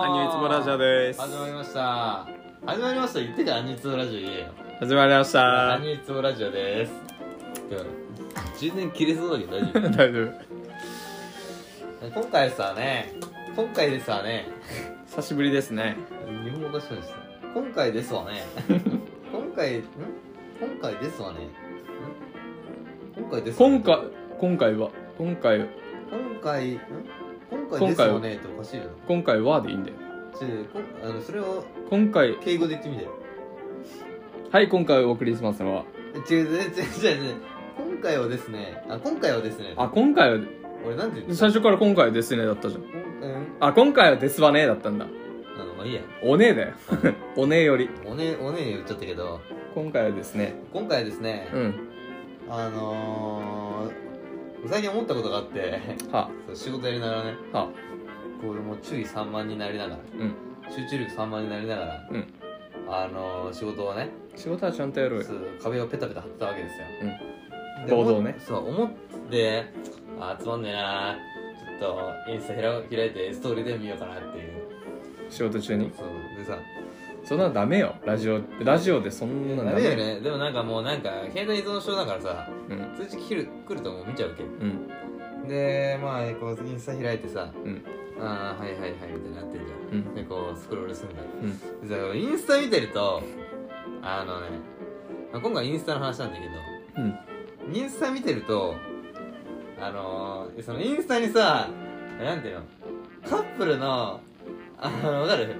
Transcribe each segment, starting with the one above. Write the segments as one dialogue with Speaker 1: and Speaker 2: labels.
Speaker 1: シャです
Speaker 2: 始まりました始まりました言ってからアニツオラジオ言えよ
Speaker 1: 始まりました
Speaker 2: アニツオラジオですでも充電切れそうだけど大丈
Speaker 1: 大丈夫
Speaker 2: 夫 今回さね今回ですわね
Speaker 1: 久しぶりですね
Speaker 2: 日本語おかしくなっちゃった今回ですわ ね今回ん今回ですわねん今回ですわね
Speaker 1: 今回今回は今回
Speaker 2: 今回ん今回
Speaker 1: 今
Speaker 2: です
Speaker 1: 回は
Speaker 2: わねっておかしいよな
Speaker 1: 今回はでいいんだよ
Speaker 2: ちょこんあのそれを
Speaker 1: 今回
Speaker 2: 敬語で言ってみてよ
Speaker 1: はい今回お送りしますのは
Speaker 2: 違う違う違う違う違う今回はですねあ今回はですね
Speaker 1: あ今回は
Speaker 2: 俺なんて言って
Speaker 1: 最初から今回はですねだったじゃん
Speaker 2: 今うん
Speaker 1: あ今回はですわねだったんだ
Speaker 2: あのまあいいや
Speaker 1: おねえだよおねえより
Speaker 2: おねおね言っちゃったけど
Speaker 1: 今回はですね
Speaker 2: 今回はですね、
Speaker 1: うん
Speaker 2: あのー、最近思ったことがあって
Speaker 1: は
Speaker 2: そう仕事やりながらね
Speaker 1: あはあ
Speaker 2: こうもう注意散漫になりながら、
Speaker 1: うん
Speaker 2: 集中力散漫になりながら、
Speaker 1: うん
Speaker 2: あのー、仕事をね
Speaker 1: 仕事はちゃんとやろうよ
Speaker 2: そう壁をペタペタ貼ってたわけですよ、で
Speaker 1: 堂々
Speaker 2: 思
Speaker 1: ね
Speaker 2: っそう思ってあーつまんねえなーちょっとインスタ開開いてストーリーで見ようかなっていう
Speaker 1: 仕事中に
Speaker 2: そうでさ
Speaker 1: そんなのダメよラジオラジオでそんなの
Speaker 2: ダメだよねでもなんかもうなんか携帯依存症だからさ
Speaker 1: うん
Speaker 2: 通知来る来るともう見ちゃうわけ
Speaker 1: うん
Speaker 2: でまあこうインスタ開いてさ、
Speaker 1: うん
Speaker 2: ああはいはいはいみたいになってんじゃ
Speaker 1: うんん
Speaker 2: でこうスクロールするんだよ
Speaker 1: うん
Speaker 2: でさインスタ見てるとあのね、まあ、今回インスタの話なんだけど
Speaker 1: うん
Speaker 2: インスタ見てるとあのー、そのインスタにさなんていうのカップルのあのわかる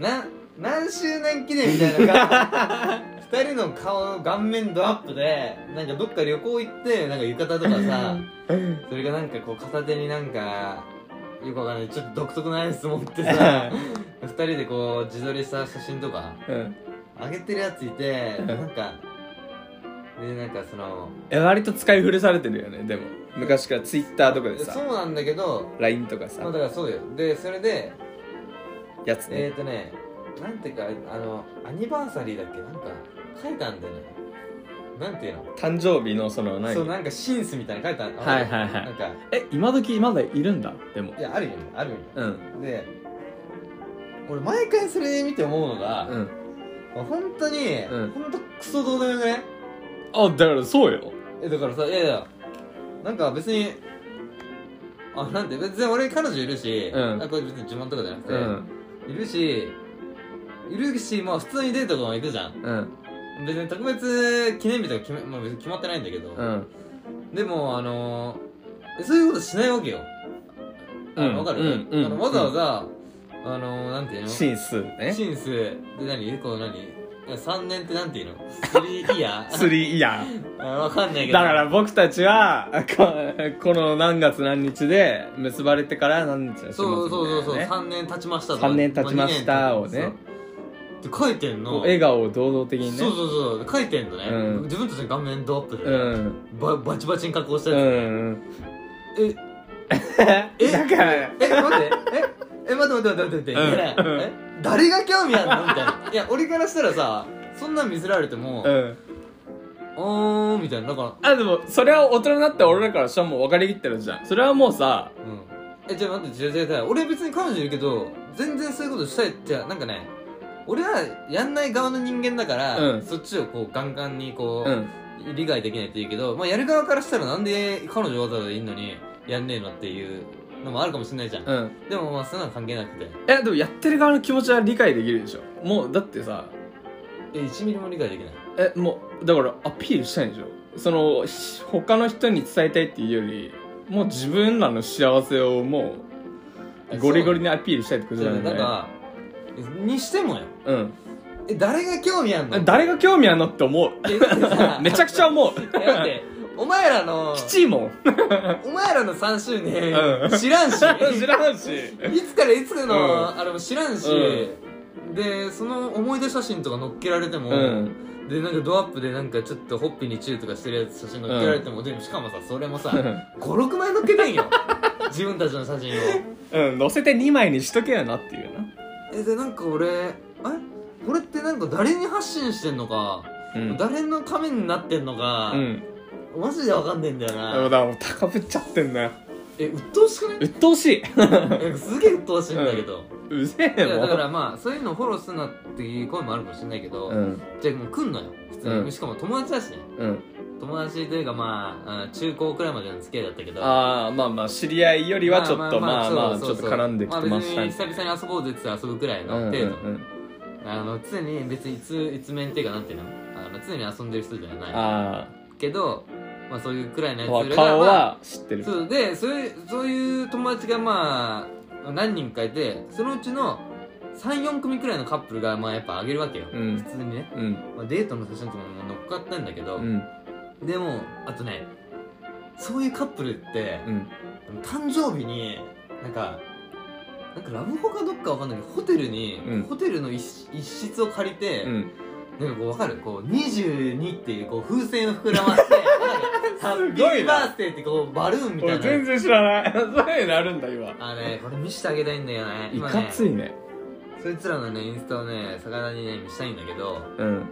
Speaker 2: な何周年記念みたいなのが二人の顔の顔面ドアップでなんかどっか旅行行ってなんか浴衣とかさそれがなんかこう片手になんかよくわかんないちょっと独特なアイス持ってさ二人でこう自撮りした写真とか
Speaker 1: うん
Speaker 2: 上げてるやついて
Speaker 1: うん
Speaker 2: なんかでなんかその
Speaker 1: え割と使い古されてるよねでも昔からツイッターとかで
Speaker 2: そ
Speaker 1: さ
Speaker 2: うなんだけど
Speaker 1: LINE とか
Speaker 2: まあ
Speaker 1: さ
Speaker 2: だからそうよでそれで
Speaker 1: やつ
Speaker 2: え
Speaker 1: ね
Speaker 2: っ、ー、とねなんていうかあのアニバーサリーだっけなんか書いたんだよねなんていうの
Speaker 1: 誕生日のその何
Speaker 2: そうなんかシンスみたいなの書いたん
Speaker 1: はいはいはい
Speaker 2: なんか
Speaker 1: え今時まだいるんだでも
Speaker 2: いやあるよねあるよね
Speaker 1: うん
Speaker 2: で俺毎回それ見て思うのが、
Speaker 1: うん
Speaker 2: 本当に、
Speaker 1: うん
Speaker 2: 本当クソどうでもよくね
Speaker 1: あだからそうよ
Speaker 2: えだからさいやいやなんか別にあなんて別に俺彼女いるし、
Speaker 1: うん
Speaker 2: あこれ別に自慢とかじゃなくて、
Speaker 1: うん
Speaker 2: いるしいるしまあ普通にデートとかも行くじゃん
Speaker 1: うん
Speaker 2: 別に特別記念日とか決め、まあ、別に決まってないんだけど、
Speaker 1: うん
Speaker 2: でもあのー、そういうことしないわけよあ
Speaker 1: うん
Speaker 2: のわかる、
Speaker 1: うんうん
Speaker 2: あのわざわざ、あのー、なんていうの
Speaker 1: シンスね
Speaker 2: シンスで何こう何3年ってなんていうの ?3 イヤ ー
Speaker 1: スリーイヤ
Speaker 2: あわかんないけ
Speaker 1: ー
Speaker 2: ど
Speaker 1: だから僕たちはここの何月何日で結ばれてから何日がします
Speaker 2: そうそうそうそう、
Speaker 1: みたいなね
Speaker 2: 3年経ちましたと
Speaker 1: 三年経ちました
Speaker 2: ま
Speaker 1: をね
Speaker 2: あ二年そうで書いてん
Speaker 1: こう
Speaker 2: の
Speaker 1: 笑顔を堂々的にね
Speaker 2: そうそうそう書いてんのね、
Speaker 1: うん
Speaker 2: 自分たちの顔面ドアップで、
Speaker 1: うん
Speaker 2: ばバチバチに加工した
Speaker 1: う
Speaker 2: や
Speaker 1: ん
Speaker 2: つ、ええ
Speaker 1: だから
Speaker 2: え待ってええ待って待って待って待って、
Speaker 1: うん
Speaker 2: いや
Speaker 1: うん
Speaker 2: え誰が興味あんのみたいないや俺からしたらさそんなん見せられても、
Speaker 1: うん
Speaker 2: おーみたいなだか
Speaker 1: あでもそれは大人になって俺らからしたらもう分かりきってるじゃんそれはもうさ
Speaker 2: らうんえじゃあ待って違う違う違う俺別に彼女いるけど全然そういうことしたいってなんかね俺はやんない側の人間だから、
Speaker 1: うん
Speaker 2: そっちをこうガンガンに
Speaker 1: う
Speaker 2: こう、
Speaker 1: ん
Speaker 2: 理解できないって言うけど、まあ、やる側からしたらなんで彼女わざわざいんのにやんねえのっていうのもあるかもしれないじゃん、
Speaker 1: うん
Speaker 2: でもまあそんなの関係なくて
Speaker 1: えでもやってる側の気持ちは理解できるでしょもうだってさ
Speaker 2: え1ミリも理解できない
Speaker 1: えもうだからアピールしたいんでしょそのひ他の人に伝えたいっていうよりもう自分らの幸せをも
Speaker 2: え
Speaker 1: うゴリゴリにアピールしたいってこと
Speaker 2: じ
Speaker 1: だ
Speaker 2: ゃあ
Speaker 1: よ
Speaker 2: なん
Speaker 1: ね
Speaker 2: かにしてもよ
Speaker 1: うん
Speaker 2: え誰が興味あんの
Speaker 1: 誰が興味あんのって思う
Speaker 2: えだってさ
Speaker 1: めちゃくちゃ思う
Speaker 2: えだってお前らの
Speaker 1: きちいもん
Speaker 2: お前らの3周年、
Speaker 1: うん
Speaker 2: 知 らんし
Speaker 1: 知らんし
Speaker 2: いつからいつの、
Speaker 1: う
Speaker 2: あれも知らんし、でその思い出写真とか載っけられても、
Speaker 1: うん
Speaker 2: でなんかドアップでなんかちょっとほっぺにチューとかしてるやつ写真載っけられても、でもしかもさそれも さ56枚載っけてんよ自分たちの写真を
Speaker 1: うん乗せて2枚にしとけよなっていうな
Speaker 2: えでなんか俺えこれってなんか誰に発信してんのか、
Speaker 1: うん
Speaker 2: 誰のためになってんのか、
Speaker 1: うん
Speaker 2: マジでわかんねえんだよ
Speaker 1: だ
Speaker 2: な、
Speaker 1: から高ぶっちゃってんだよ
Speaker 2: え鬱陶しくない
Speaker 1: 鬱陶しい
Speaker 2: なんかすげえ鬱陶しいんだけど、
Speaker 1: うぜえ
Speaker 2: いや
Speaker 1: も
Speaker 2: だから
Speaker 1: ん
Speaker 2: まあそういうのをフォローするなっていう声もあるかもしれないけど、
Speaker 1: うん
Speaker 2: じゃあもう来んのよ普通に、
Speaker 1: うん
Speaker 2: しかも友達だしね
Speaker 1: うん
Speaker 2: 友達というかまああ中高くらいまでの付き合いだったけど
Speaker 1: ああまあまあ知り合いよりはちょっとまあまあち
Speaker 2: そうそ
Speaker 1: ょっ
Speaker 2: う
Speaker 1: と
Speaker 2: そう
Speaker 1: 絡んできてました
Speaker 2: あ、
Speaker 1: ね
Speaker 2: 別に久々に遊ぼうぜって言って遊ぶくらいの
Speaker 1: うんうん
Speaker 2: 程
Speaker 1: う
Speaker 2: 度、
Speaker 1: ん
Speaker 2: あの常に別に一一面っていうかなんていうのあの常に遊んでる人じゃない
Speaker 1: あ
Speaker 2: けど、まあ、そういうくらいの
Speaker 1: あ
Speaker 2: や
Speaker 1: わ
Speaker 2: つらが
Speaker 1: 顔
Speaker 2: まあ
Speaker 1: は知ってる
Speaker 2: そうでそういうそういう友達がまあ何人かいてそのうちの34組くらいのカップルがまあやっぱあげるわけよ、
Speaker 1: うん
Speaker 2: 普通にね、
Speaker 1: うん
Speaker 2: まあ、デートの写真とかも乗っかったんだけど、
Speaker 1: うん
Speaker 2: でもあとねそういうカップルって、
Speaker 1: うん
Speaker 2: 誕生日になんかなんかラブホかどっかわかんないけどホテルに、
Speaker 1: うん
Speaker 2: ホテルの一室一室を借りて、
Speaker 1: うん
Speaker 2: なんかこうわかるこう22っていうこう風船を膨らませてハッピ
Speaker 1: すごい
Speaker 2: ー
Speaker 1: な
Speaker 2: バースデーってこうバルーンみた
Speaker 1: 俺
Speaker 2: いな
Speaker 1: 全然知らない そういうのあるんだ今
Speaker 2: あのね、これ見せてあげたいんだよね。
Speaker 1: い
Speaker 2: 今
Speaker 1: か
Speaker 2: ね、
Speaker 1: ついね
Speaker 2: そいつらのね、インスタをね、魚にね、見したいんだけど、
Speaker 1: うん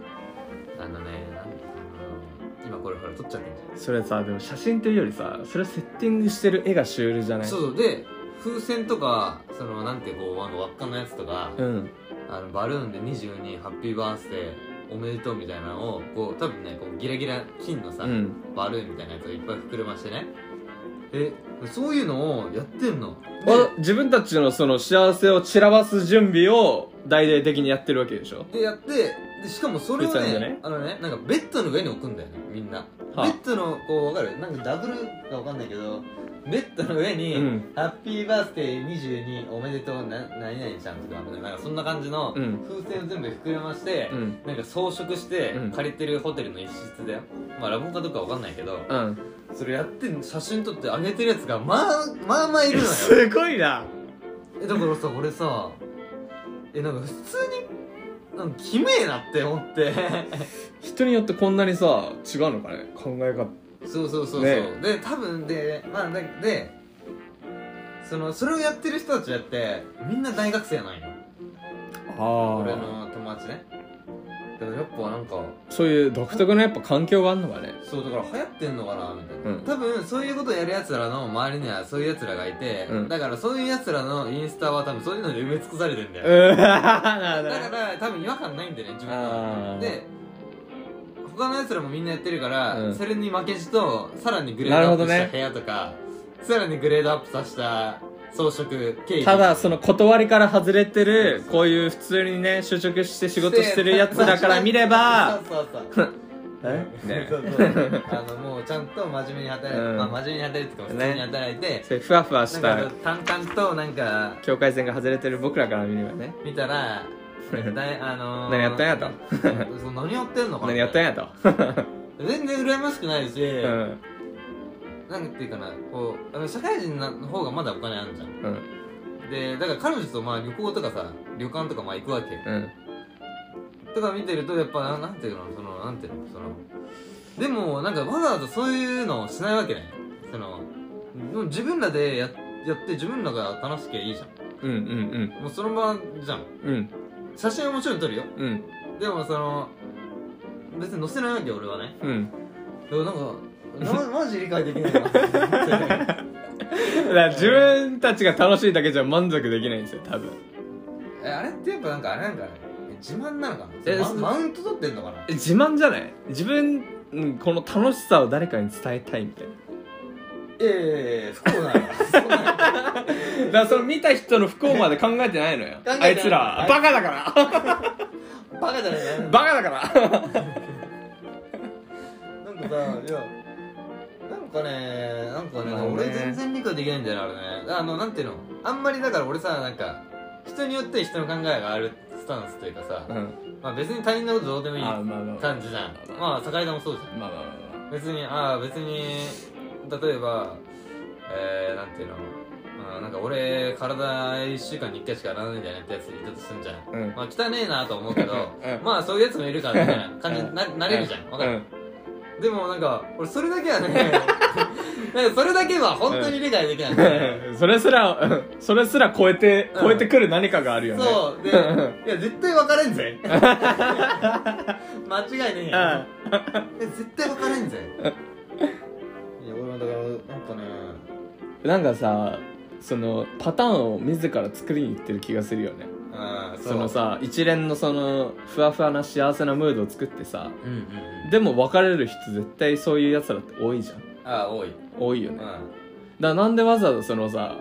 Speaker 2: あのね、なんあの今これほら撮っちゃってんじゃ。
Speaker 1: それさでも写真っていうよりさそれセッティングしてる絵がシュールじゃなんい
Speaker 2: そうそう、で、風船とか、その、なんてこう、あの、輪っかのやつとか、
Speaker 1: うん
Speaker 2: あの、バルーンで22、ハッピーバースデー、おめでとうみたいなのを、こう、多分ね、こう、ギラギラ金のさ、
Speaker 1: うん
Speaker 2: バルーンみたいなやつをいっぱい膨らましてね。え、そういうのをやってんの。
Speaker 1: お自分たちのその幸せを散らばす準備を大々的にやってるわけでしょ
Speaker 2: でやってでしかもそれを
Speaker 1: 別なんじゃない
Speaker 2: ねあのねなんかベッドの上に置くんだよねみんな、
Speaker 1: はあ
Speaker 2: ベッドのこうわかるなんかダブルかわかんないけどベッドの上に、
Speaker 1: うん
Speaker 2: ハッピーバースデー22おめでとうな何々ちゃんとかなんかそんな感じの
Speaker 1: うん
Speaker 2: 風船を全部膨らまして、
Speaker 1: うん
Speaker 2: なんか装飾して
Speaker 1: うん
Speaker 2: 借りてるホテルの一室だよ、まあラボかどうかわかんないけど
Speaker 1: うん
Speaker 2: それやって写真撮ってあげてるやつがまあまあまあいるのよ
Speaker 1: すごいな
Speaker 2: えだからさ俺さえなんか普通になんかキメえなって思って
Speaker 1: 人によってこんなにさ違うのかね考え方
Speaker 2: そうそうそうそう、
Speaker 1: ね
Speaker 2: で多分でまあででそのそれをやってる人たちだってみんな大学生なんよ俺
Speaker 1: ああ
Speaker 2: の友達ねだからやっぱなんか
Speaker 1: そういう独特のやっぱ環境があるのかね
Speaker 2: そうだから流行ってんのかなみたいな、
Speaker 1: うん
Speaker 2: 多分そういうことやるやつらの周りにはそういうやつらがいて、
Speaker 1: うん
Speaker 2: だからそういうやつらのインスタは多分そういうので埋め尽くされてんだよ、
Speaker 1: うわ
Speaker 2: だから多分違和感ないんだよね自分
Speaker 1: あー
Speaker 2: はで他のやつらもみんなやってるから、
Speaker 1: うん
Speaker 2: それに負けじとさらにグレードアップ
Speaker 1: な
Speaker 2: し
Speaker 1: る
Speaker 2: た
Speaker 1: ほ
Speaker 2: 部屋とか、さらにグレードアップさせた装飾ケーキ
Speaker 1: ただその断りから外れてるこういう普通にね就職して仕事してるやつらから見れば
Speaker 2: そうそうそう
Speaker 1: えね
Speaker 2: そうそうあのもうちゃんと真面目に働いて、
Speaker 1: うん
Speaker 2: まあ、真面目に働いてとか普通に働いて、
Speaker 1: そういうふわふわし
Speaker 2: なん
Speaker 1: た
Speaker 2: か淡々となんか
Speaker 1: 境界線が外れてる僕らから見ればね
Speaker 2: 見た らだいあのー、
Speaker 1: 何やったんやと
Speaker 2: そう何やってんのかな
Speaker 1: 何やったんやと
Speaker 2: 全然羨ましくないし、
Speaker 1: うん
Speaker 2: なんていうかなこうあの社会人なの方がまだお金あるじゃん
Speaker 1: うん
Speaker 2: でだから彼女とまあ旅行とかさ旅館とかまあ行くわけ
Speaker 1: うん
Speaker 2: とか見てるとやっぱななんていうのそのなんていうのそのでもなんかわざわざそういうのをしないわけねそのでも自分らでややって自分らが楽しきゃいいじゃ
Speaker 1: うんうん
Speaker 2: んもうその場じゃん
Speaker 1: うんうん
Speaker 2: 写真はもちろん撮るよ
Speaker 1: うん
Speaker 2: でもその別に載せないわけよ俺はね
Speaker 1: うん
Speaker 2: でもなんか なマジ理解できないな
Speaker 1: だから自分たちが楽しいだけじゃ満足できないんですよ多分
Speaker 2: えあれってやっぱなんかあれなんかね自慢なのかな
Speaker 1: え
Speaker 2: マ
Speaker 1: そ
Speaker 2: マウント取ってんのかな
Speaker 1: 自慢じゃない自分うんこの楽しさを誰かに伝えたいみたいな
Speaker 2: ええ不幸なのそうなの
Speaker 1: だからその見た人の不幸まで考えてないのよ
Speaker 2: 考えてない
Speaker 1: あいつらバカだから
Speaker 2: バカだね
Speaker 1: バカだから
Speaker 2: なんかさいやなんかねなんかね
Speaker 1: まあね
Speaker 2: 俺全然理解できないんだよねあれねあのなんていうのあんまりだから俺さなんか人によって人の考えがあるスタンスというかさ、
Speaker 1: うん
Speaker 2: まあ別に他人のことどうでもいい
Speaker 1: あまあまあまあ
Speaker 2: 感じじゃんまあ坂井田もそうじゃん
Speaker 1: まあまあ
Speaker 2: 別にああ別に例えばえー、なんていうのあーなんか俺体1週間に1回しか洗わないんだよねってやついたとすんじゃん、
Speaker 1: うん
Speaker 2: まあ汚ねえなと思うけど
Speaker 1: うん
Speaker 2: まあそういうやつもいるからみたいな感じにななれるじゃんわかる、でもなんか俺それだけはねなんかそれだけは本当に理解できないんだよね、
Speaker 1: うん それすらうんそれすら超えて
Speaker 2: うん
Speaker 1: 超えてくる何かがあるよね
Speaker 2: そうでいや絶対分かれんぜ 間違いねえよ
Speaker 1: うん
Speaker 2: え絶対分からんぜいや俺もだからなんかね
Speaker 1: なんかさそのパターンを自ら作りにいってる気がするよね
Speaker 2: ああ
Speaker 1: そのさ一連のそのふわふわな幸せなムードを作ってさ
Speaker 2: うんうんうん
Speaker 1: でも別れる人絶対そういうやつらって多いじゃん
Speaker 2: ああ多いうん
Speaker 1: 多いよねだからなんでわざわざそのさ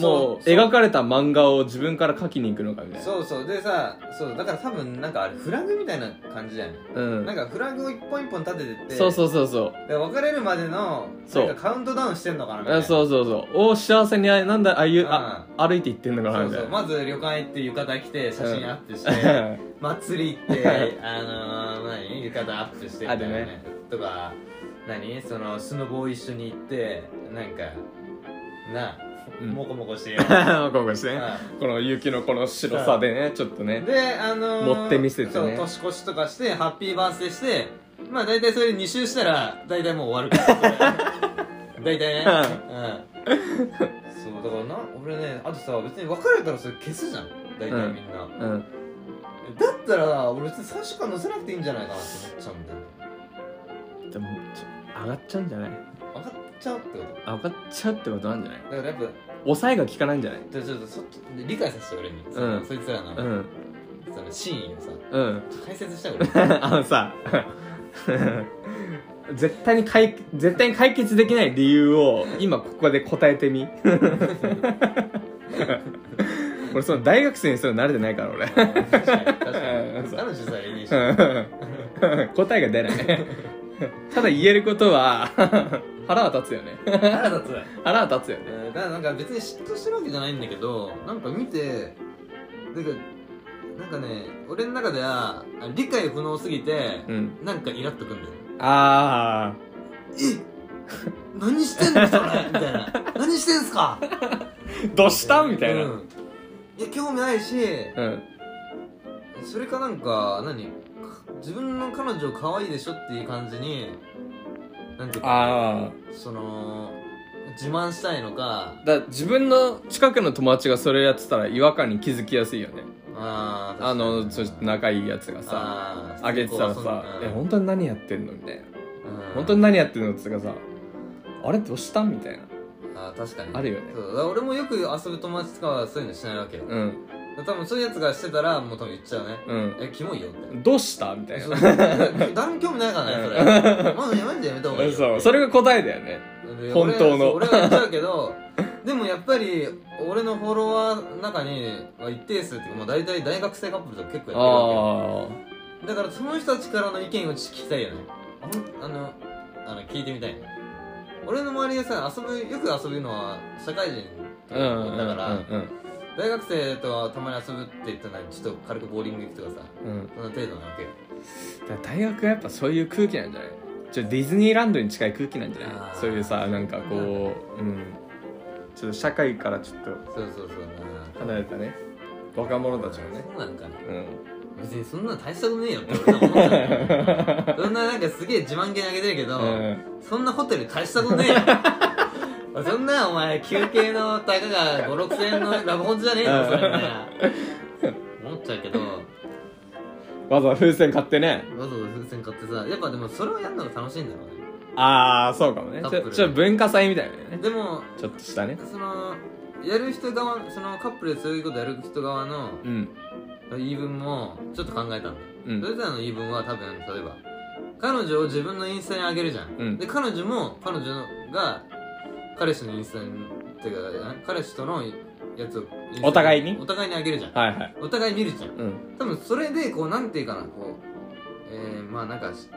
Speaker 1: も
Speaker 2: そ
Speaker 1: う
Speaker 2: う
Speaker 1: 描かれた漫画を自分から描きに行くのかみたいな
Speaker 2: そうそうでさそうだから多分なんかあれフラグみたいな感じだよね
Speaker 1: う,、ん、
Speaker 2: なんかフラグを一本一本立ててって
Speaker 1: そうそううそうそう
Speaker 2: で別れるまでの
Speaker 1: そう
Speaker 2: なんかカウントダウンしてんのかなみたい
Speaker 1: あ
Speaker 2: な
Speaker 1: そうそうそうお幸せにあなんだああいう、あ歩いて行ってんのかな
Speaker 2: そう
Speaker 1: みた
Speaker 2: そ
Speaker 1: いうな
Speaker 2: まず旅館行って浴衣着て写真アップ し
Speaker 1: う
Speaker 2: て
Speaker 1: ん
Speaker 2: 祭り行って あのー、何浴衣アップしてみたいな
Speaker 1: ある
Speaker 2: ねとか何そのスノボを一緒に行ってなんかな
Speaker 1: うん
Speaker 2: モコモコして よ、
Speaker 1: 今回してね
Speaker 2: う
Speaker 1: この雪のこの白さでねちょっと
Speaker 2: ん
Speaker 1: ね
Speaker 2: であのー、
Speaker 1: 持って見せてね
Speaker 2: そう年越しとかしてハッピーバースデーしてまあ大体それ2周したら大体もう終わるから 大体ねうんそうだからな俺ねあとさ別に別れたらそれ消すじゃん大体みんな、
Speaker 1: うん
Speaker 2: だったら俺別に3週間載せなくていいんじゃないかなって思っちゃうんだよね
Speaker 1: でもちょ上がっちゃうんじゃない
Speaker 2: 上がっちゃうってこと
Speaker 1: 上がっちゃうってことなんじゃない
Speaker 2: だからやっぱ
Speaker 1: 抑えが効かないんじゃない
Speaker 2: ちょっとそっち理解させて俺に、
Speaker 1: うん
Speaker 2: そいつらの,、
Speaker 1: うん
Speaker 2: その真意をさ
Speaker 1: うん
Speaker 2: 解説したい俺
Speaker 1: あのさ絶対に解絶対に解決できない理由を今ここで答えてみ 俺その大学生にそれ慣れてないから俺
Speaker 2: 確かに確かに
Speaker 1: うんそう
Speaker 2: 彼女さえいいし
Speaker 1: うん 答えが出ないただ言えることは 腹は立つよね
Speaker 2: 腹立つ
Speaker 1: 腹は立つよね
Speaker 2: うんだからなんか別に嫉妬してるわけじゃないんだけどなんか見てなんかなんかね俺の中ではあ理解不能すぎて、
Speaker 1: うん
Speaker 2: なんかイラっとくんだよ
Speaker 1: あ
Speaker 2: え何してんのそれみたいな何してんすか
Speaker 1: あどうしたみたいな
Speaker 2: う
Speaker 1: うん
Speaker 2: んいや興味ないし
Speaker 1: うん
Speaker 2: それかなんか何か自分の彼女可愛いでしょっていう感じになんていうか
Speaker 1: あ
Speaker 2: その自慢したいのか
Speaker 1: あだ自分の近くの友達がそれやってたら違和感に気づきやすいよね
Speaker 2: あー
Speaker 1: あのちょっと仲いいやつがさ
Speaker 2: あー
Speaker 1: あげてたら
Speaker 2: そう
Speaker 1: さ
Speaker 2: そ
Speaker 1: 「
Speaker 2: う
Speaker 1: え
Speaker 2: うん
Speaker 1: 本当に何やってんの?」みたいな
Speaker 2: うん
Speaker 1: 「本当に何やってんの?」っつうかさ「あれどうした?」みたいな
Speaker 2: あー確かに
Speaker 1: あるよね
Speaker 2: そうだから俺もよく遊ぶ友達とかはそういうのしないわけよ、
Speaker 1: うん
Speaker 2: 多分そういうやつがしてたらもう多分言っちゃうね
Speaker 1: うん
Speaker 2: えキモいよって
Speaker 1: 「どうした?」みたい
Speaker 2: そ
Speaker 1: な
Speaker 2: う誰も興味ないからねそれ まずやめんでやめた方がいいよ
Speaker 1: そうそれが答えだよね
Speaker 2: で
Speaker 1: 本当の
Speaker 2: 俺はそう俺は言っちゃうけどでもやっぱり俺のフォロワーの中には一定数っていうか、まあ、大体大学生カップルとか結構やってるわ
Speaker 1: ああ
Speaker 2: けよだからその人たちからの意見を聞きたいよねあほんあのあの聞いてみたいね俺の周りでさ遊ぶよく遊ぶのは社会人とかだから、
Speaker 1: うん
Speaker 2: 大学生とはたまに遊ぶって言ったのにちょっと軽くボーリング行くとかさ
Speaker 1: うんうん
Speaker 2: その程度なわけよ
Speaker 1: だから大学はやっぱそういう空気なんじゃないちょっとディズニーランドに近い空気なんじゃ
Speaker 2: あ
Speaker 1: ない
Speaker 2: ー
Speaker 1: そういうさなんかこううんちょっと社会からちょっと
Speaker 2: そうそうそうな
Speaker 1: 離れたね若者たちもね
Speaker 2: そうなんかね
Speaker 1: うん
Speaker 2: 別にそんな大したことねえよって俺は思ったんだよ そんななんかすげえ自慢げにあげてるけど、
Speaker 1: うん
Speaker 2: そんなホテル大したことねえよそんなお前休憩のたかが56000円のラブホンじゃねえよそれみたいな思っちゃうけどわ
Speaker 1: わざわざ風船買ってね
Speaker 2: ざわざ風船買ってさやっぱでもそれをやるのが楽しいんだろうね
Speaker 1: ああそうかもね
Speaker 2: カッ
Speaker 1: ち
Speaker 2: プル
Speaker 1: ょちょっと文化祭みたいなね
Speaker 2: でも
Speaker 1: ちょっとしたね
Speaker 2: そのやる人側そのカップルでそういうことやる人側の
Speaker 1: うん
Speaker 2: 言い分もちょっと考えたんだよ
Speaker 1: うん
Speaker 2: それぞれの言い分は多分例えば彼女を自分のインスタにあげるじゃん、
Speaker 1: うん
Speaker 2: で彼女も彼女が彼氏のインスタにっていうか彼氏とのやつをインスタ
Speaker 1: お互いに
Speaker 2: お互いにあげるじゃん、
Speaker 1: はいはい
Speaker 2: お互い見るじゃん
Speaker 1: うん
Speaker 2: 多分それでこうなんていうかなこうえー、まあなんかし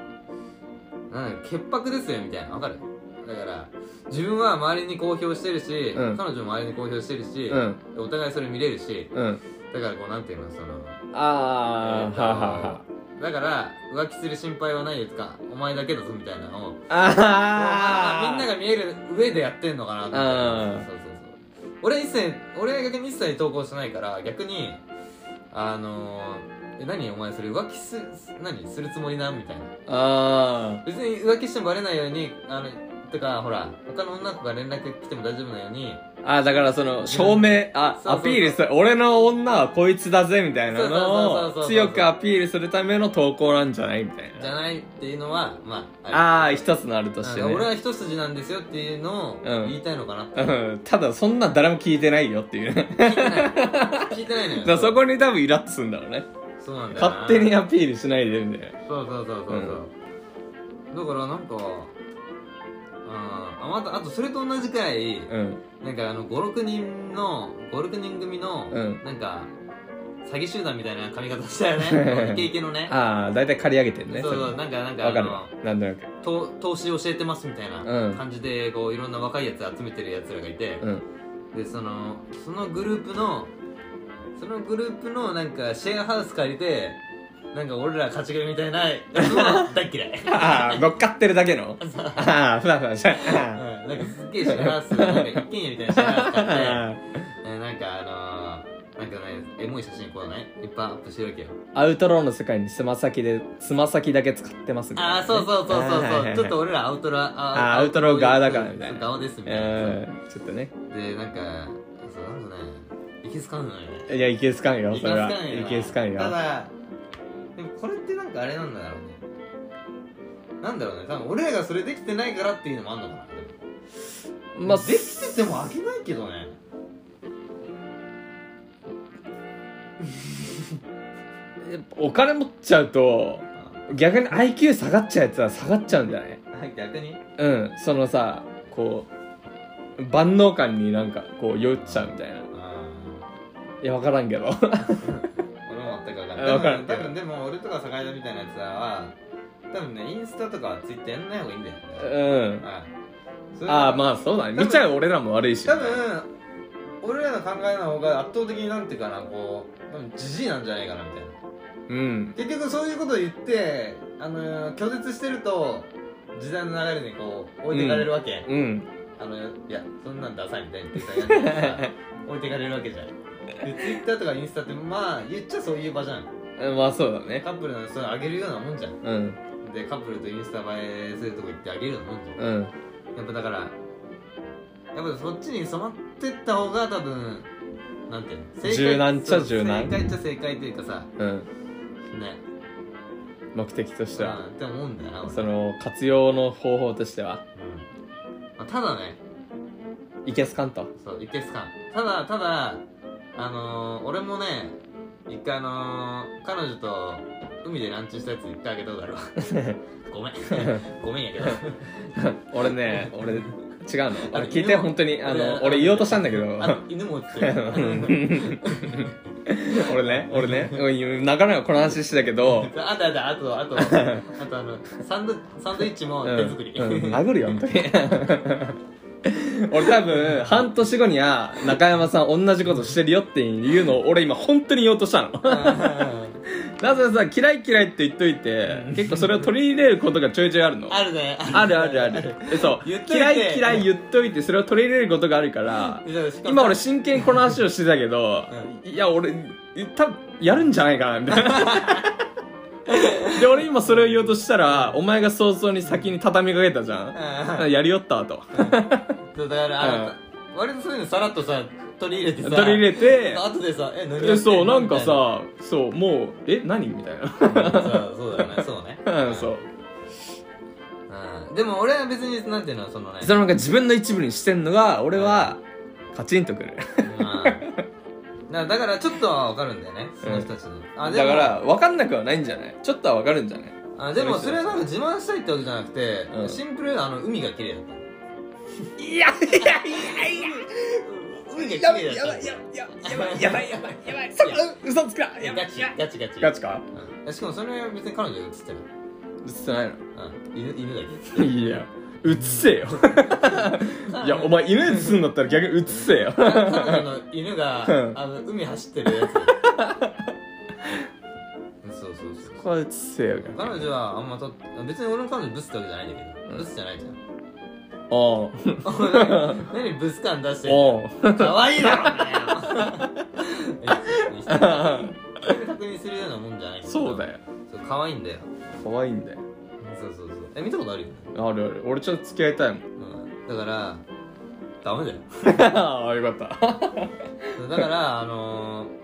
Speaker 2: なんだろう潔白ですよみたいなわかるだから自分は周りに公表してるし、
Speaker 1: うん
Speaker 2: 彼女も周りに公表してるし、
Speaker 1: うん
Speaker 2: お互いそれ見れるし
Speaker 1: うん
Speaker 2: だからこうなんていうのその
Speaker 1: ああー、
Speaker 2: えーと
Speaker 1: はあはあは
Speaker 2: だから浮気する心配はないですかお前だけだぞみたいなのを
Speaker 1: ああ
Speaker 2: みんなが見える上でやってんのかなと思
Speaker 1: あ
Speaker 2: っ
Speaker 1: ー
Speaker 2: てそうそうそう俺一切俺は逆に一切投稿してないから逆にあのー、え何お前それ浮気す何するつもりなんみたいな
Speaker 1: あ
Speaker 2: 別に浮気してもバレないようにあのとかほら他の女の子が連絡来ても大丈夫なように
Speaker 1: ーああだからその証明あ
Speaker 2: そうそうそう
Speaker 1: アピールする俺の女はこいつだぜみたいな
Speaker 2: そうそうそうそう
Speaker 1: の
Speaker 2: そう
Speaker 1: を
Speaker 2: そう
Speaker 1: 強くアピールするための投稿なんじゃないみたい
Speaker 2: じゃ
Speaker 1: な
Speaker 2: ないっていうのはまあ
Speaker 1: ああ
Speaker 2: る
Speaker 1: ー一つのあるとして
Speaker 2: うん
Speaker 1: ね
Speaker 2: 俺は一筋なんですよっていうのを
Speaker 1: うん
Speaker 2: 言いたいのかな、
Speaker 1: うんただそんなん誰も聞いてないよっていうね
Speaker 2: 聞いてない聞いてないの よ
Speaker 1: だから そこに多分イラッとするんだろうね
Speaker 2: そうなんだよな
Speaker 1: 勝手にアピールしないでみたいな
Speaker 2: そうそうそうそうそう、だからなんかああまたあとそれと同じくらい、
Speaker 1: うん
Speaker 2: なんかあの56人の56人組の、
Speaker 1: うん
Speaker 2: なんか詐欺集団みたいな髪型したよ ねイケイケのね
Speaker 1: ああ大体借り上げてるね
Speaker 2: そうそう
Speaker 1: れ
Speaker 2: なんかなんか
Speaker 1: わか
Speaker 2: あ
Speaker 1: る
Speaker 2: の
Speaker 1: わなんとなく
Speaker 2: と投資教えてますみたいな
Speaker 1: うん
Speaker 2: 感じで、こういろんな若いやつ集めてるやつらがいて、
Speaker 1: うん
Speaker 2: でそのそのグループのそのグループのなんかシェアハウス借りてなんか俺ら勝ち組みたいなやつも大っ嫌 い
Speaker 1: ああ乗っかってるだけのああふわふわし
Speaker 2: うん
Speaker 1: ゃ
Speaker 2: なんかすっげえシェアハウスなんか一軒家みたいなシェアハウス買っ てえなんかあのー、なんかねエモい写真こうねいっぱいアップしてるわけよ
Speaker 1: アウトローの世界につま先でつま先だけ使ってますみたいな
Speaker 2: あ
Speaker 1: ね
Speaker 2: あそうそうそうそう
Speaker 1: はいはいは
Speaker 2: そう
Speaker 1: い
Speaker 2: ちょっと俺らアウトロー
Speaker 1: あーアウトロー側だからみたいな
Speaker 2: 側ですみたいなそう
Speaker 1: うんちょっとね
Speaker 2: でなんかそうなんかねいけつかんのよね
Speaker 1: いやいけすかんよ
Speaker 2: い
Speaker 1: それは
Speaker 2: よ
Speaker 1: いけすかんよ
Speaker 2: ただでもこれってなんかあれなんだろうねなんだろうね多分俺らがそれできてないからっていうのもあんのかなでも
Speaker 1: まあ
Speaker 2: できててもあげないけどね
Speaker 1: やっぱお金持っちゃうと逆に IQ 下がっちゃうやつは下がっちゃうんじゃない
Speaker 2: あ逆に
Speaker 1: うんそのさこう万能感になんかこう酔っちゃうみたいな
Speaker 2: あ
Speaker 1: いや分からんけど
Speaker 2: ー俺も全く分かん
Speaker 1: あ
Speaker 2: ない
Speaker 1: わかる
Speaker 2: 多分でも俺とか坂井田みたいなやつらは多分ねインスタとかツイッターやんない方がいいんだよね
Speaker 1: うん
Speaker 2: はい
Speaker 1: ああまあそうだね見ちゃう俺らも悪いし
Speaker 2: 多分俺らの考えの方が圧倒的になんていうかなこう多分じじいなんじゃないかなみたいな
Speaker 1: うん
Speaker 2: 結局そういうことを言ってあの拒絶してると時代の流れにこう置いていかれるわけ、
Speaker 1: うん
Speaker 2: あのいやそんなんダサいみたいに言ってたやつがさ置いていかれるわけじゃんで Twitter とかインスタってまあ言っちゃそういう場じゃん
Speaker 1: まあそうだね
Speaker 2: カップルのそれあげるようなもんじゃん
Speaker 1: うん
Speaker 2: でカップルとインスタ映えするとこ行ってあげるようなもんじゃん、
Speaker 1: うん
Speaker 2: やっぱだからやっぱそっちに染まってった方が多分なんていうの
Speaker 1: 柔軟っちゃ
Speaker 2: そう
Speaker 1: 柔軟
Speaker 2: 正解っちゃ正解というかさ
Speaker 1: う
Speaker 2: ね
Speaker 1: ん目的としては
Speaker 2: うんって思うんだよな俺
Speaker 1: その活用の方法としては
Speaker 2: うんまあ、ただね
Speaker 1: いけすかんと
Speaker 2: そういけすかんただただあのー、俺もね一回あのー、彼女と海でランチしたやつ一回あげたことあ るわごめんごめんやけど
Speaker 1: 俺ね俺違うの
Speaker 2: あ
Speaker 1: 俺聞いて
Speaker 2: 犬も
Speaker 1: 本当に あ
Speaker 2: 俺
Speaker 1: の俺言おうとしたんだけど
Speaker 2: あの犬も映 ってる
Speaker 1: うん俺ね俺ねうんなかなかこの話してたけど
Speaker 2: あとあとあとあ とあとあのサンドサンドイッチも手作り、
Speaker 1: うん うん殴るよ本当に俺多分半年後には中山さん同じことしてるよっていうのを俺今本当に言おうとしたのなぜさ嫌い嫌いって言っといて結構それを取り入れることがちょいちょいあるの
Speaker 2: あるね
Speaker 1: あるあるあるえそう
Speaker 2: 言っといて
Speaker 1: 嫌い嫌い言っといてそれを取り入れることがあるから今俺真剣にこの話をしてたけど、いや俺多分やるんじゃないかなみたいなで俺今それを言おうとしたらお前が早々に先に畳みかけたじゃんやりよったわと
Speaker 2: そうだからあの、割とそういうのさらっとさ取り入れてさ
Speaker 1: 取り入れて
Speaker 2: あとでさえ何やってんの
Speaker 1: えそうなんか
Speaker 2: みたい
Speaker 1: さそうもうえ何みたい
Speaker 2: さそうだよねそうね
Speaker 1: な うんそう
Speaker 2: うんでも俺は別になんていうのそのね
Speaker 1: そのなんか自分の一部にしてんのが俺はカチンとくる
Speaker 2: うんだからだからちょっとは分かるんだよねその人たちの、あ
Speaker 1: だ
Speaker 2: でも
Speaker 1: から分かんなくはないんじゃないちょっとは分かるんじゃない
Speaker 2: あでもそれはなんか自慢したいってわけじゃなくて、
Speaker 1: うん
Speaker 2: シンプルにあの海が綺麗だった
Speaker 1: いやいやいやいや
Speaker 2: 海
Speaker 1: や
Speaker 2: が
Speaker 1: ば
Speaker 2: 綺
Speaker 1: い
Speaker 2: 麗
Speaker 1: や
Speaker 2: だっ
Speaker 1: ばい
Speaker 2: た
Speaker 1: やばいやばいやばいやばいそ嘘つくなやば
Speaker 2: ガ
Speaker 1: い
Speaker 2: チガチガチ
Speaker 1: ガチか
Speaker 2: うんしかもそれは別に彼女が映ってない
Speaker 1: 映ってない
Speaker 2: うん犬犬だ
Speaker 1: のいや映せよ
Speaker 2: け
Speaker 1: いやお前犬映すんだったら逆に映せよ
Speaker 2: 彼女の犬が
Speaker 1: うん
Speaker 2: あの海走ってる やつそうそうそう
Speaker 1: これ映せよ
Speaker 2: 彼女はあんまと別に俺の彼女ブスってわけじゃないんだけ
Speaker 1: う
Speaker 2: ど
Speaker 1: ん
Speaker 2: ブスじゃないじゃ ん
Speaker 1: お
Speaker 2: お
Speaker 1: う
Speaker 2: い何何ブス感出してんの
Speaker 1: おう
Speaker 2: 可愛いだろ お前え人の確認するようなもんじゃない
Speaker 1: そうだ
Speaker 2: よ
Speaker 1: よ
Speaker 2: そう可愛いんだよ
Speaker 1: 可愛いんだよ
Speaker 2: そうそうそうえ見たことあるよね
Speaker 1: あるある俺ちょっと付き合いたいもん
Speaker 2: うんだからダメだよ
Speaker 1: ああよかった
Speaker 2: だからあのー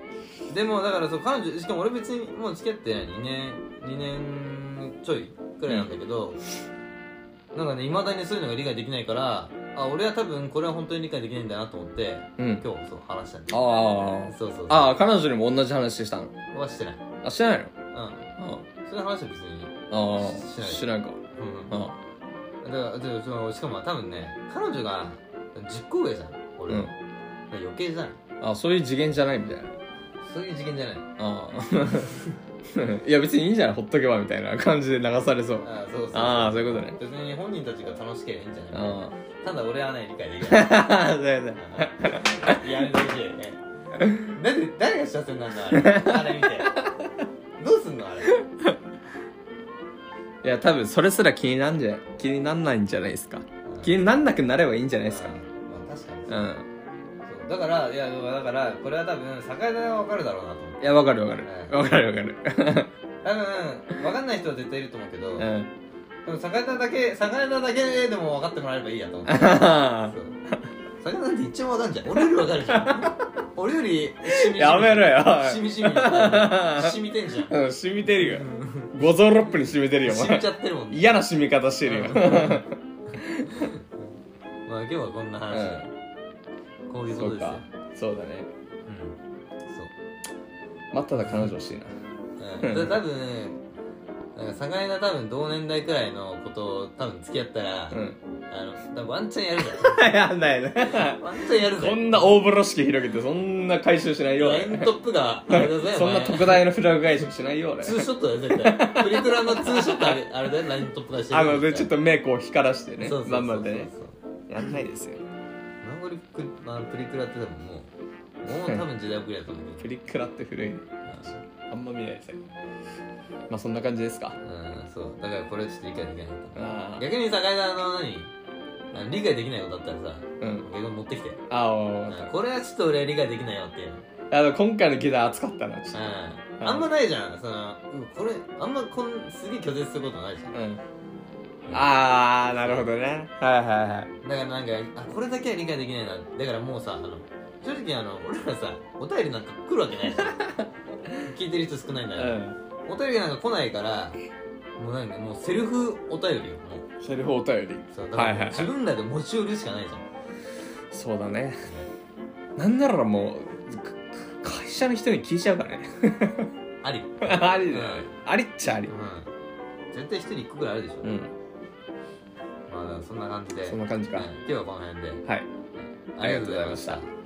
Speaker 2: でもだからそう彼女しかも俺別にもう付き合って2年2年ちょいくらいなんだけど、なんかねいまだにそういうのが理解できないからあ俺は多分これは本当に理解できないんだなと思って
Speaker 1: うん
Speaker 2: 今日そう話したんだよ
Speaker 1: あ
Speaker 2: そうそうそう
Speaker 1: あああ彼女にも同じ話したの
Speaker 2: はしてない
Speaker 1: あしてないの
Speaker 2: う
Speaker 1: あ
Speaker 2: んそれ話は別に
Speaker 1: あ
Speaker 2: しない
Speaker 1: してないか
Speaker 2: うん
Speaker 1: あ
Speaker 2: だからでそのしかも多分ね彼女が10個上じゃん俺、
Speaker 1: うん
Speaker 2: だから余計じゃん
Speaker 1: ああそういう次元じゃないみたいな
Speaker 2: そういう事件じゃない
Speaker 1: ああ いや別にいいんじゃないほっとけばみたいな感じで流されそう
Speaker 2: ああそうそう
Speaker 1: ああそういうことね
Speaker 2: 別に本人たちが楽しければいいんじゃない
Speaker 1: あ
Speaker 2: ただ俺はね理解でき ない
Speaker 1: あだよね
Speaker 2: うんやめてほしいねなんで誰が幸せになるのあれあれ見てどうすんのあれ
Speaker 1: いや多分それすら気になんじゃ気になんないんじゃないですか気になんなくなればいいんじゃないですか
Speaker 2: うんまあ確かに
Speaker 1: う
Speaker 2: そうんそうだからいやでもだからこれは多分境目は分かるだろうなと思って
Speaker 1: いやわかるわかるわかるわかる
Speaker 2: 多分分かんない人は絶対いると思うけど、
Speaker 1: うん
Speaker 2: でも魚だけ魚だけでも分かってもらえればいいやと思ってそう魚なんて一応分かんじゃん俺より分かるじ ゃん俺よりしみじみ
Speaker 1: やめろ よおい
Speaker 2: しみじみしみてんじゃん
Speaker 1: うん染みてるよ五臓六腑に染みてるよお
Speaker 2: しみ
Speaker 1: 前
Speaker 2: ちゃってるもんね
Speaker 1: 嫌な染み方して るよ
Speaker 2: うんまあ今日はこんな話で、こういうこ
Speaker 1: そ
Speaker 2: とで
Speaker 1: う
Speaker 2: すよ
Speaker 1: かそうだね
Speaker 2: う
Speaker 1: 待っただ彼女欲しいなん
Speaker 2: そう、うん、だ多分なんか魚が多分同年代くらいのことを多分付き合ったら、
Speaker 1: うん
Speaker 2: あの多分ワンチャンやるじ
Speaker 1: やんないね
Speaker 2: ゃんワンチャンやるぜ
Speaker 1: こんな大風呂敷広げてそんな回収しないよ
Speaker 2: ライントップがあれだぜ
Speaker 1: そ
Speaker 2: お
Speaker 1: ん
Speaker 2: 前
Speaker 1: な特大のフラグ回収しないよ俺
Speaker 2: ツーショットだよ絶対プリクラのツーショットあれあれだよライントップ出して
Speaker 1: あのでちょっ
Speaker 2: と
Speaker 1: と目こう光らしてね
Speaker 2: そうそうそう
Speaker 1: 頑張
Speaker 2: そ
Speaker 1: っ
Speaker 2: う
Speaker 1: てねやんないですよ
Speaker 2: マンゴリプリあのプリクラって多分もうもう多分時代遅れだと思うけ
Speaker 1: プリクラって古いね
Speaker 2: ど
Speaker 1: あんま見ないですよまあそんな感じですか
Speaker 2: うんそうだからこれはちょっと理解できなかった
Speaker 1: あー
Speaker 2: 逆に坂井田の何あの理解できないことあったらさ
Speaker 1: うん
Speaker 2: 逆に持ってきて
Speaker 1: あ
Speaker 2: う
Speaker 1: お
Speaker 2: んこれはちょっと俺は理解できないよっていうの
Speaker 1: あの今回のギター熱かったなちょっ
Speaker 2: うんあんまないじゃんそのうんこれあんまこんすげえ拒絶することないじゃん
Speaker 1: とうんああなるほどねはいはいはい
Speaker 2: だからなんかあこれだけは理解できないなだからもうさあの正直あの俺らさお便りなんか来るわけ ないじゃん聞いてる人少ないんだから、
Speaker 1: う
Speaker 2: お便りなんか来ないからもうなんかもうセルフお便りよもうん
Speaker 1: セルフお便り
Speaker 2: そうだか
Speaker 1: は
Speaker 2: ら
Speaker 1: いはい
Speaker 2: 自分らで持ち寄るしかないじゃん、
Speaker 1: そうだねなんならもうくく会社の人に聞いちゃうからね
Speaker 2: あり
Speaker 1: ありだよね
Speaker 2: うん
Speaker 1: ありっちゃあり
Speaker 2: うん絶対一人一個ぐらいあるでしょ、
Speaker 1: うん
Speaker 2: まあそんな感じで
Speaker 1: そんな感じか
Speaker 2: うん今日はこの辺で
Speaker 1: はい
Speaker 2: ありがとうございました
Speaker 1: ありがとうございま